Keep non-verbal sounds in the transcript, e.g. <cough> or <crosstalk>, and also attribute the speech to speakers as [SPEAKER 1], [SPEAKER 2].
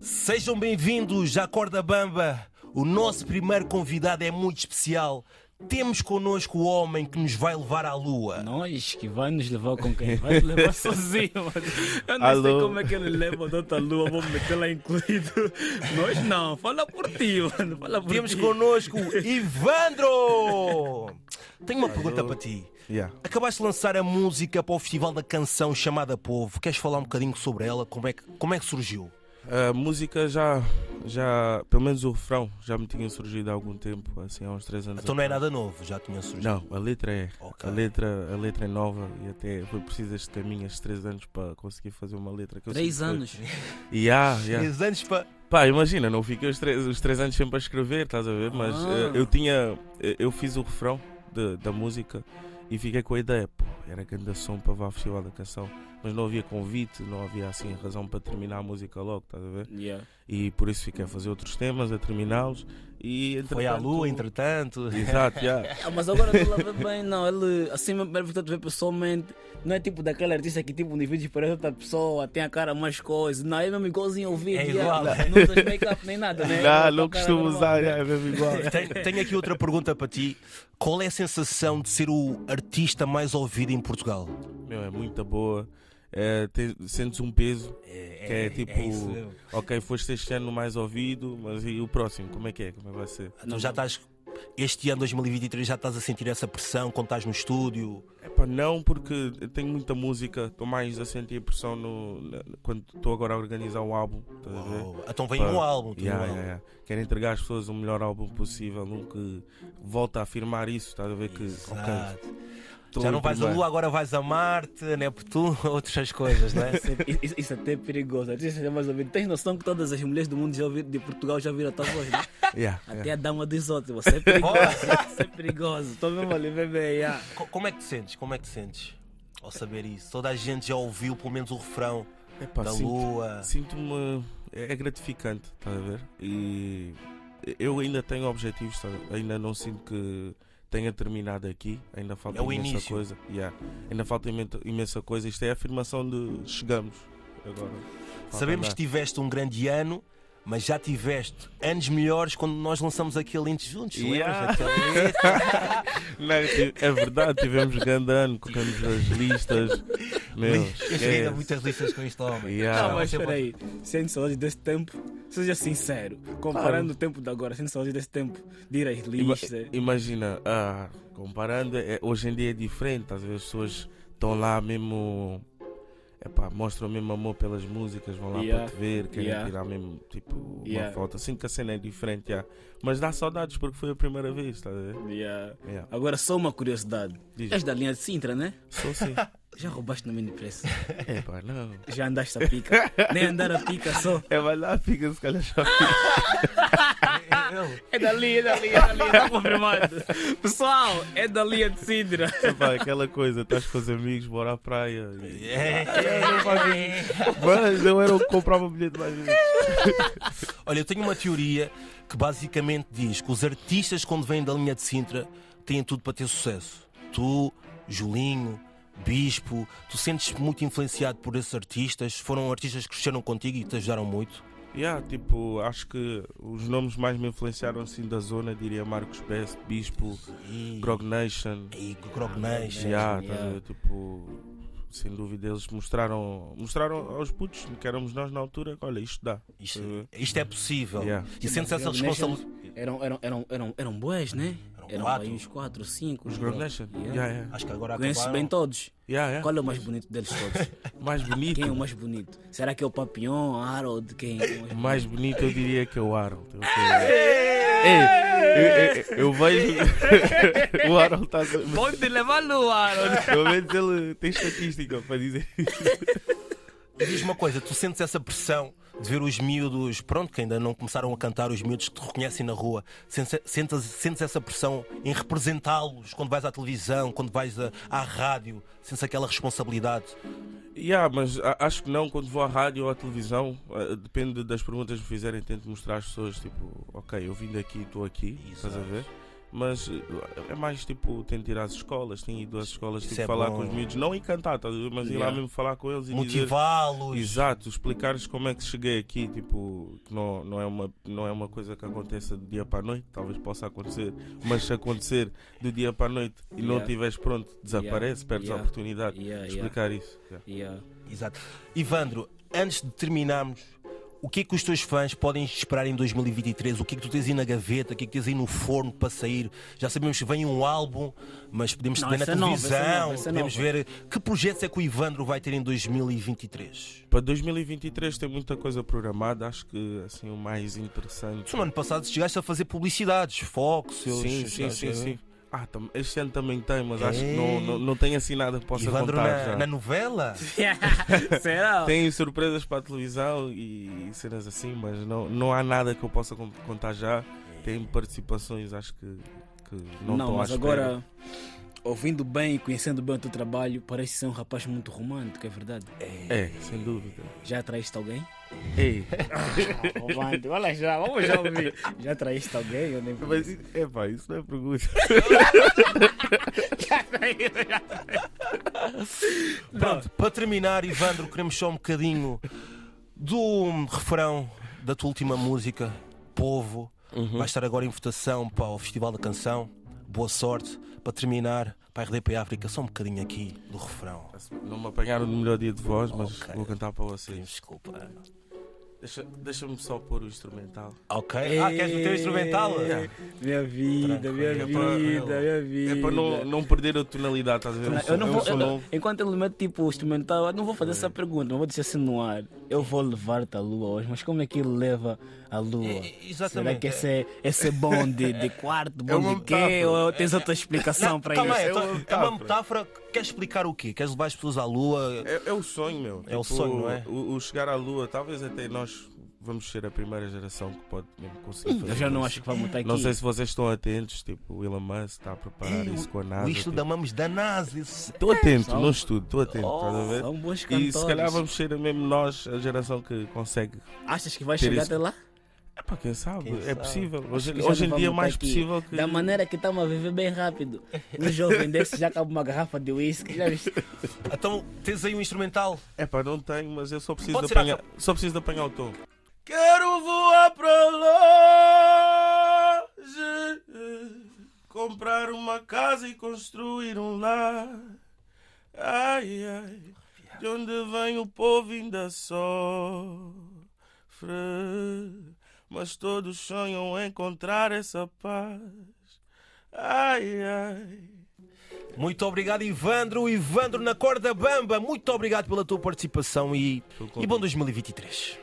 [SPEAKER 1] Sejam bem-vindos à Corda Bamba. O nosso primeiro convidado é muito especial. Temos connosco o homem que nos vai levar à lua.
[SPEAKER 2] Nós que vai nos levar com quem? Vai nos <laughs> levar sozinho. mano. Eu não sei
[SPEAKER 3] Alô?
[SPEAKER 2] como é que ele leva de outra lua, vou meter lá incluído. Nós não, fala por ti, mano. Fala por
[SPEAKER 1] Temos
[SPEAKER 2] ti.
[SPEAKER 1] connosco Ivandro. Tenho uma pergunta para ti.
[SPEAKER 3] Yeah.
[SPEAKER 1] Acabaste de lançar a música para o Festival da Canção chamada Povo. Queres falar um bocadinho sobre ela? Como é que, como é que surgiu?
[SPEAKER 3] A música já, já, pelo menos o refrão, já me tinha surgido há algum tempo, assim, há uns três anos.
[SPEAKER 1] Então não é
[SPEAKER 3] atrás.
[SPEAKER 1] nada novo, já tinha surgido.
[SPEAKER 3] Não, a letra é.
[SPEAKER 1] Ok.
[SPEAKER 3] A, letra, a letra é nova e até foi preciso este caminho, estes três anos, para conseguir fazer uma letra. Que eu
[SPEAKER 2] Três
[SPEAKER 3] sempre
[SPEAKER 2] anos.
[SPEAKER 3] fui- Yeah, yeah.
[SPEAKER 1] Três anos para.
[SPEAKER 3] Pá, imagina, não fiquei os três, os três anos sempre a escrever, estás a ver? Mas
[SPEAKER 2] Ah.
[SPEAKER 3] eh, eu tinha. eh, Eu fiz o refrão de- da música e fiquei com a ideia, pô, era grande som para vá ao Festival da Canção. Mas não havia convite, não havia assim razão para terminar a música logo, estás a ver?
[SPEAKER 2] Yeah.
[SPEAKER 3] E por isso fiquei a fazer outros temas, a terminá-los. E
[SPEAKER 1] Foi à
[SPEAKER 3] entretanto-
[SPEAKER 1] lua, entretanto.
[SPEAKER 3] <laughs> Exato,
[SPEAKER 1] <laughs>
[SPEAKER 3] yeah.
[SPEAKER 2] Ah, mas agora tu lá vê bem, não. Ele, assim, mesmo primeira vez que eu te vejo pessoalmente, não é tipo daquele artista que tipo um indivíduo parece outra pessoa, tem a cara mais coisa. Não, é mesmo igualzinho ao vídeo.
[SPEAKER 1] É
[SPEAKER 2] yeah.
[SPEAKER 1] igual.
[SPEAKER 2] Não usas make-up nem nada,
[SPEAKER 3] <laughs>
[SPEAKER 2] né?
[SPEAKER 3] Não,
[SPEAKER 2] Tua
[SPEAKER 3] não
[SPEAKER 2] cara
[SPEAKER 3] costumo
[SPEAKER 2] normal.
[SPEAKER 3] usar, yeah, é mesmo igual.
[SPEAKER 1] Tenho, tenho aqui outra pergunta para ti. Qual é a sensação de ser o artista mais ouvido em Portugal?
[SPEAKER 3] Meu, é muito boa. É, te- sentes um peso, que é, tipo,
[SPEAKER 1] isso mesmo.
[SPEAKER 3] ok, foste este ano mais ouvido, mas e o próximo, como é que é? Como é que vai ser?
[SPEAKER 1] Então já estás. Este ano 2023 já estás a sentir essa pressão quando estás no estúdio.
[SPEAKER 3] Epá, não, porque eu tenho muita música, estou mais a sentir a pressão no, na- quando estou agora a organizar um álbum. Estás a ver?
[SPEAKER 1] Uau, Então vem
[SPEAKER 3] Pá,
[SPEAKER 1] um álbum. tem um
[SPEAKER 3] yeah,
[SPEAKER 1] álbum.
[SPEAKER 3] yeah, yeah. Quero entregar às pessoas o melhor álbum possível, um que volta a afirmar isso, estás a ver que ok,
[SPEAKER 1] Exato.
[SPEAKER 3] estou
[SPEAKER 1] Já
[SPEAKER 3] em
[SPEAKER 1] não vais à
[SPEAKER 3] primeiro.
[SPEAKER 1] Lua, agora vais a Marte, Neptuno, <laughs> outras coisas,
[SPEAKER 3] <laughs>
[SPEAKER 1] não é?
[SPEAKER 2] Isso, isso- isso é até perigoso. Artista mais ouvido. Tens noção que todas as mulheres do mundo já ouviram, de Portugal já viram a tua voz, né?
[SPEAKER 3] Yeah, yeah.
[SPEAKER 2] Até a dama dos outros. Você
[SPEAKER 3] <laughs>
[SPEAKER 2] é perigoso. você é perigoso. Tô mesmo ali, ah. bebê. yeah.
[SPEAKER 1] Co- Como é que te sentes? Como é que te sentes? Ao saber isso, toda a gente já ouviu pelo menos o refrão
[SPEAKER 3] Epá,
[SPEAKER 1] da
[SPEAKER 3] sinto-
[SPEAKER 1] Lua.
[SPEAKER 3] Sinto-me. É é gratificante, estás a ver? E eu ainda tenho objetivos, estás a ver? ainda não sinto que tenha terminado aqui, ainda falta
[SPEAKER 1] É o
[SPEAKER 3] imensa
[SPEAKER 1] início.
[SPEAKER 3] coisa. Yeah. Ainda falta imen- imensa coisa. Isto é a afirmação de chegamos. Agora. falta
[SPEAKER 1] Sabemos que
[SPEAKER 3] andar.
[SPEAKER 1] tiveste um grande ano, mas já tiveste anos melhores quando nós lançamos aquele Entes Juntos.
[SPEAKER 3] Yeah. <laughs>
[SPEAKER 1] lembras? Aquele-
[SPEAKER 3] Não, é verdade, tivemos grande ano, colocamos as listas. Meu,
[SPEAKER 1] Eu cheguei a
[SPEAKER 3] esquece.
[SPEAKER 1] muitas listas com este homem.
[SPEAKER 3] Yeah.
[SPEAKER 2] Não, mas peraí. Sente saudade desse tempo. Seja sincero. Comparando o tempo de agora, sente saudade desse tempo né? de ir às
[SPEAKER 3] Ima-
[SPEAKER 2] listas.
[SPEAKER 3] Imagina, ah, comparando, é- hoje em dia é diferente, às vezes as pessoas estão lá mesmo. Epá, mostram mesmo amor pelas músicas, vão lá
[SPEAKER 2] Yeah.
[SPEAKER 3] para te ver, querem
[SPEAKER 2] Yeah.
[SPEAKER 3] tirar mesmo tipo
[SPEAKER 2] Yeah.
[SPEAKER 3] uma foto. Assim que a cena é diferente, yeah. mas dá saudades porque foi a primeira vez, estás a ver?
[SPEAKER 2] Yeah.
[SPEAKER 3] Yeah.
[SPEAKER 2] Agora, só uma curiosidade.
[SPEAKER 3] Diz.
[SPEAKER 2] És da linha de Sintra, né?
[SPEAKER 3] Sou <laughs> sim.
[SPEAKER 2] Já roubaste no mini preço.
[SPEAKER 3] Epá, não.
[SPEAKER 2] Já andaste a
[SPEAKER 3] <laughs>
[SPEAKER 2] pica. Nem andar a pica só.
[SPEAKER 3] É, vai lá, fica, se <laughs> calhar tipo, já fica.
[SPEAKER 2] É dali, é dali, é dali, <laughs> tá confirmado. Pessoal, é dali, é de Sidra.
[SPEAKER 3] Epá, aquela coisa, estás com os amigos, bora à praia. E-
[SPEAKER 1] É.
[SPEAKER 3] Mas eu era o que comprava bilhete mais vezes.
[SPEAKER 1] Olha, eu tenho uma teoria que basicamente diz que os artistas, quando vêm da linha de Sintra, têm tudo para ter sucesso. Tu, Julinho, Bispo, tu sentes muito influenciado por esses artistas? Foram artistas que cresceram contigo e te ajudaram muito?
[SPEAKER 3] Yeah, tipo, acho que os nomes mais me influenciaram assim da zona, diria Marcos Best, Bispo,
[SPEAKER 1] E,
[SPEAKER 3] Grog Nation.
[SPEAKER 1] e Grog Nation.
[SPEAKER 3] Yeah,
[SPEAKER 2] yeah.
[SPEAKER 3] tá a ver? tipo, sem dúvida eles mostraram, mostraram aos putos que éramos nós na altura, que, olha, isto dá. tá
[SPEAKER 1] Isto, isto é possível.
[SPEAKER 3] Yeah.
[SPEAKER 1] E sentes essa responsabilidade.
[SPEAKER 2] Eram, eram, eram, eram, eram boas, né?
[SPEAKER 1] Eram
[SPEAKER 2] Eram
[SPEAKER 1] quatro.
[SPEAKER 2] aí uns 4, 5.
[SPEAKER 3] Os Grog Nation. Yeah, yeah.
[SPEAKER 1] Acho que agora
[SPEAKER 2] Conheces
[SPEAKER 1] acabaram.
[SPEAKER 2] bem todos?
[SPEAKER 3] Yeah, yeah.
[SPEAKER 2] Qual é o mais bonito deles todos?
[SPEAKER 3] Mais bonito.
[SPEAKER 2] Quem é o mais bonito? Será que é o Papillon, Harold? Quem é o mais
[SPEAKER 3] Mais bonito eu diria que é o Harold. Eu,
[SPEAKER 2] <laughs>
[SPEAKER 3] Ei, eu- eu- eu vejo. <laughs> o Harold está.
[SPEAKER 2] Pode levar no Harold.
[SPEAKER 3] Pelo menos ele tem estatística para dizer isso.
[SPEAKER 1] E Diz uma coisa, tu sentes essa pressão de ver os miúdos, pronto, que ainda não começaram a cantar, os miúdos que te reconhecem na rua, sentes, sentes, sentes essa pressão em representá-los quando vais à televisão, quando vais a- à rádio, sentes aquela responsabilidade.
[SPEAKER 3] Yeah, mas a- acho que não, quando vou à rádio ou à televisão, eh, depende das perguntas que me fizerem, tento mostrar às pessoas, tipo, ok, eu vim daqui, estou aqui, estás a ver? Mas eh, é mais tipo, tenho ido às escolas, tenho ido às escolas,
[SPEAKER 1] Isso
[SPEAKER 3] tipo,
[SPEAKER 1] é
[SPEAKER 3] falar
[SPEAKER 1] bom.
[SPEAKER 3] com os miúdos, não encantar, tá, mas ir lá
[SPEAKER 2] Yeah.
[SPEAKER 3] mesmo falar com eles e dizer-
[SPEAKER 1] Motivá-los.
[SPEAKER 3] Exato, explicar-lhes como é que cheguei aqui, tipo, que não, não, é uma, não é uma coisa que aconteça do dia para a noite, talvez possa acontecer, mas se acontecer do dia para a noite e não
[SPEAKER 2] Yeah.
[SPEAKER 3] estiveres pronto, desaparece, perdes
[SPEAKER 2] Yeah.
[SPEAKER 3] a oportunidade.
[SPEAKER 2] Yeah, yeah.
[SPEAKER 3] explicar isso. yeah.
[SPEAKER 2] Yeah.
[SPEAKER 1] Exato. Ivandro, antes de terminarmos, o que é que os teus fãs podem esperar em 2023? O que é que tu tens aí na gaveta? O que é que tens aí no forno para sair? Já sabemos que vem um álbum, mas podemos
[SPEAKER 2] Não,
[SPEAKER 1] ver na
[SPEAKER 2] essa é nova, essa é
[SPEAKER 1] televisão,
[SPEAKER 2] nova, essa é
[SPEAKER 1] podemos
[SPEAKER 2] nova.
[SPEAKER 1] ver que projetos é que o Ivandro vai ter em 2023.
[SPEAKER 3] Para 2023 tem muita coisa programada, acho que assim o mais interessante.
[SPEAKER 1] Tu no ano passado chegaste a fazer publicidades, Fox,
[SPEAKER 3] Sim,
[SPEAKER 1] seus-
[SPEAKER 3] sim, sim, sim. Ah, tam- este ano também tem, mas acho que
[SPEAKER 1] Ei.
[SPEAKER 3] não, não, não tem assim nada que possa
[SPEAKER 1] Ivandro
[SPEAKER 3] contar
[SPEAKER 1] na,
[SPEAKER 3] já.
[SPEAKER 1] na novela?
[SPEAKER 2] Será?
[SPEAKER 3] Tem surpresas para a televisão e, e cenas assim, mas não, não há nada que eu possa con- contar já. Tem participações, acho que, que não
[SPEAKER 2] Não,
[SPEAKER 3] estão à
[SPEAKER 2] mas
[SPEAKER 3] espera.
[SPEAKER 2] agora, ouvindo bem e conhecendo bem o teu trabalho, parece ser um rapaz muito romântico, é verdade?
[SPEAKER 3] É, sem dúvida. É.
[SPEAKER 2] Já atraíste alguém?
[SPEAKER 3] Ei,
[SPEAKER 2] romântico, olha já, vamos já ouvir. Já atraíste alguém? Eu nem
[SPEAKER 3] <laughs> <laughs> mas i- é pá, isso não é pergunta.
[SPEAKER 1] Pronto, para terminar, Ivandro, queremos só um bocadinho do refrão da tua última música, Povo. Vai estar agora em votação para o Festival da Canção. Boa sorte. Para terminar, para a RDP África, só um bocadinho aqui do refrão.
[SPEAKER 3] Não me apanharam no melhor dia de voz, mas
[SPEAKER 1] Ok.
[SPEAKER 3] vou cantar para vocês.
[SPEAKER 1] Desculpa.
[SPEAKER 3] Deixa- Deixa-me só pôr o instrumental.
[SPEAKER 1] Ok. Ah, queres meter o instrumental?
[SPEAKER 2] Yeah. Minha vida, minha
[SPEAKER 1] Tranquilo,
[SPEAKER 2] vida,
[SPEAKER 3] É. tranquilo.
[SPEAKER 2] minha vida.
[SPEAKER 3] É para não, não perder a tonalidade, estás a ver?
[SPEAKER 2] Não,
[SPEAKER 3] sou-
[SPEAKER 2] Eu não vou,
[SPEAKER 3] sou
[SPEAKER 2] eu não-
[SPEAKER 3] novo.
[SPEAKER 2] enquanto ele mete tipo o instrumental, eu não vou fazer essa pergunta, mas vou dizer assim no ar. Eu vou levar-te à lua hoje, mas como é que ele leva à lua?
[SPEAKER 1] E- e-
[SPEAKER 2] Será
[SPEAKER 1] exatamente,
[SPEAKER 2] que
[SPEAKER 1] é.
[SPEAKER 2] esse é, esse é bom de, de quarto, bom
[SPEAKER 3] uma
[SPEAKER 2] de quê?
[SPEAKER 3] metáfora.
[SPEAKER 2] Ou tens outra explicação para
[SPEAKER 1] Calma aí,
[SPEAKER 2] isso?
[SPEAKER 1] é, uma-
[SPEAKER 3] uma
[SPEAKER 1] é uma
[SPEAKER 3] metáfora.
[SPEAKER 1] metáfora. Queres explicar o quê? Queres levar as pessoas à lua?
[SPEAKER 3] É, é o sonho, meu.
[SPEAKER 1] É o sonho, não é?
[SPEAKER 3] O, o chegar à lua, talvez até nós vamos ser a primeira geração que pode mesmo conseguir fazer
[SPEAKER 2] Hum, Eu já não
[SPEAKER 3] isso.
[SPEAKER 2] acho que vai mudar aqui.
[SPEAKER 3] Não sei se vocês estão atentos, tipo, o Elon Musk está a preparar
[SPEAKER 1] Ei,
[SPEAKER 3] isso com a
[SPEAKER 1] o
[SPEAKER 3] NASA.
[SPEAKER 1] isto
[SPEAKER 3] tipo.
[SPEAKER 1] da mamos da NASA. isso-
[SPEAKER 3] Estou atento,
[SPEAKER 2] São-
[SPEAKER 3] não estudo, estou atento, estás a ver?
[SPEAKER 2] São bons
[SPEAKER 3] E se calhar
[SPEAKER 2] cantores.
[SPEAKER 3] vamos ser mesmo nós a geração que consegue.
[SPEAKER 2] Achas que vai
[SPEAKER 3] ter
[SPEAKER 2] chegar
[SPEAKER 3] isso.
[SPEAKER 2] até lá?
[SPEAKER 3] É para quem sabe,
[SPEAKER 1] Quem
[SPEAKER 3] é
[SPEAKER 1] sabe?
[SPEAKER 3] possível. Hoje,
[SPEAKER 2] que já
[SPEAKER 3] hoje
[SPEAKER 2] não
[SPEAKER 3] em dia é
[SPEAKER 2] vamos
[SPEAKER 3] mais
[SPEAKER 2] estar aqui.
[SPEAKER 3] possível que.
[SPEAKER 2] Da maneira que estamos a viver bem rápido. Um jovem desse já acaba uma garrafa de uísque. Já viste?
[SPEAKER 1] Então, tens aí um instrumental?
[SPEAKER 3] É pá, não tenho, mas eu só preciso
[SPEAKER 1] Pode
[SPEAKER 3] de
[SPEAKER 1] tirar
[SPEAKER 3] apanhar. Só preciso de apanhar o tom.
[SPEAKER 1] Quero voar para longe.
[SPEAKER 3] Comprar uma casa e construir um lar. Ai, ai, de onde vem o povo ainda sofre. Mas todos sonham encontrar essa paz. Ai, ai.
[SPEAKER 1] Muito obrigado, Ivandro. Ivandro na corda bamba. Muito obrigado pela tua participação e,
[SPEAKER 3] Pelo
[SPEAKER 1] e
[SPEAKER 3] convite.
[SPEAKER 1] bom 2023.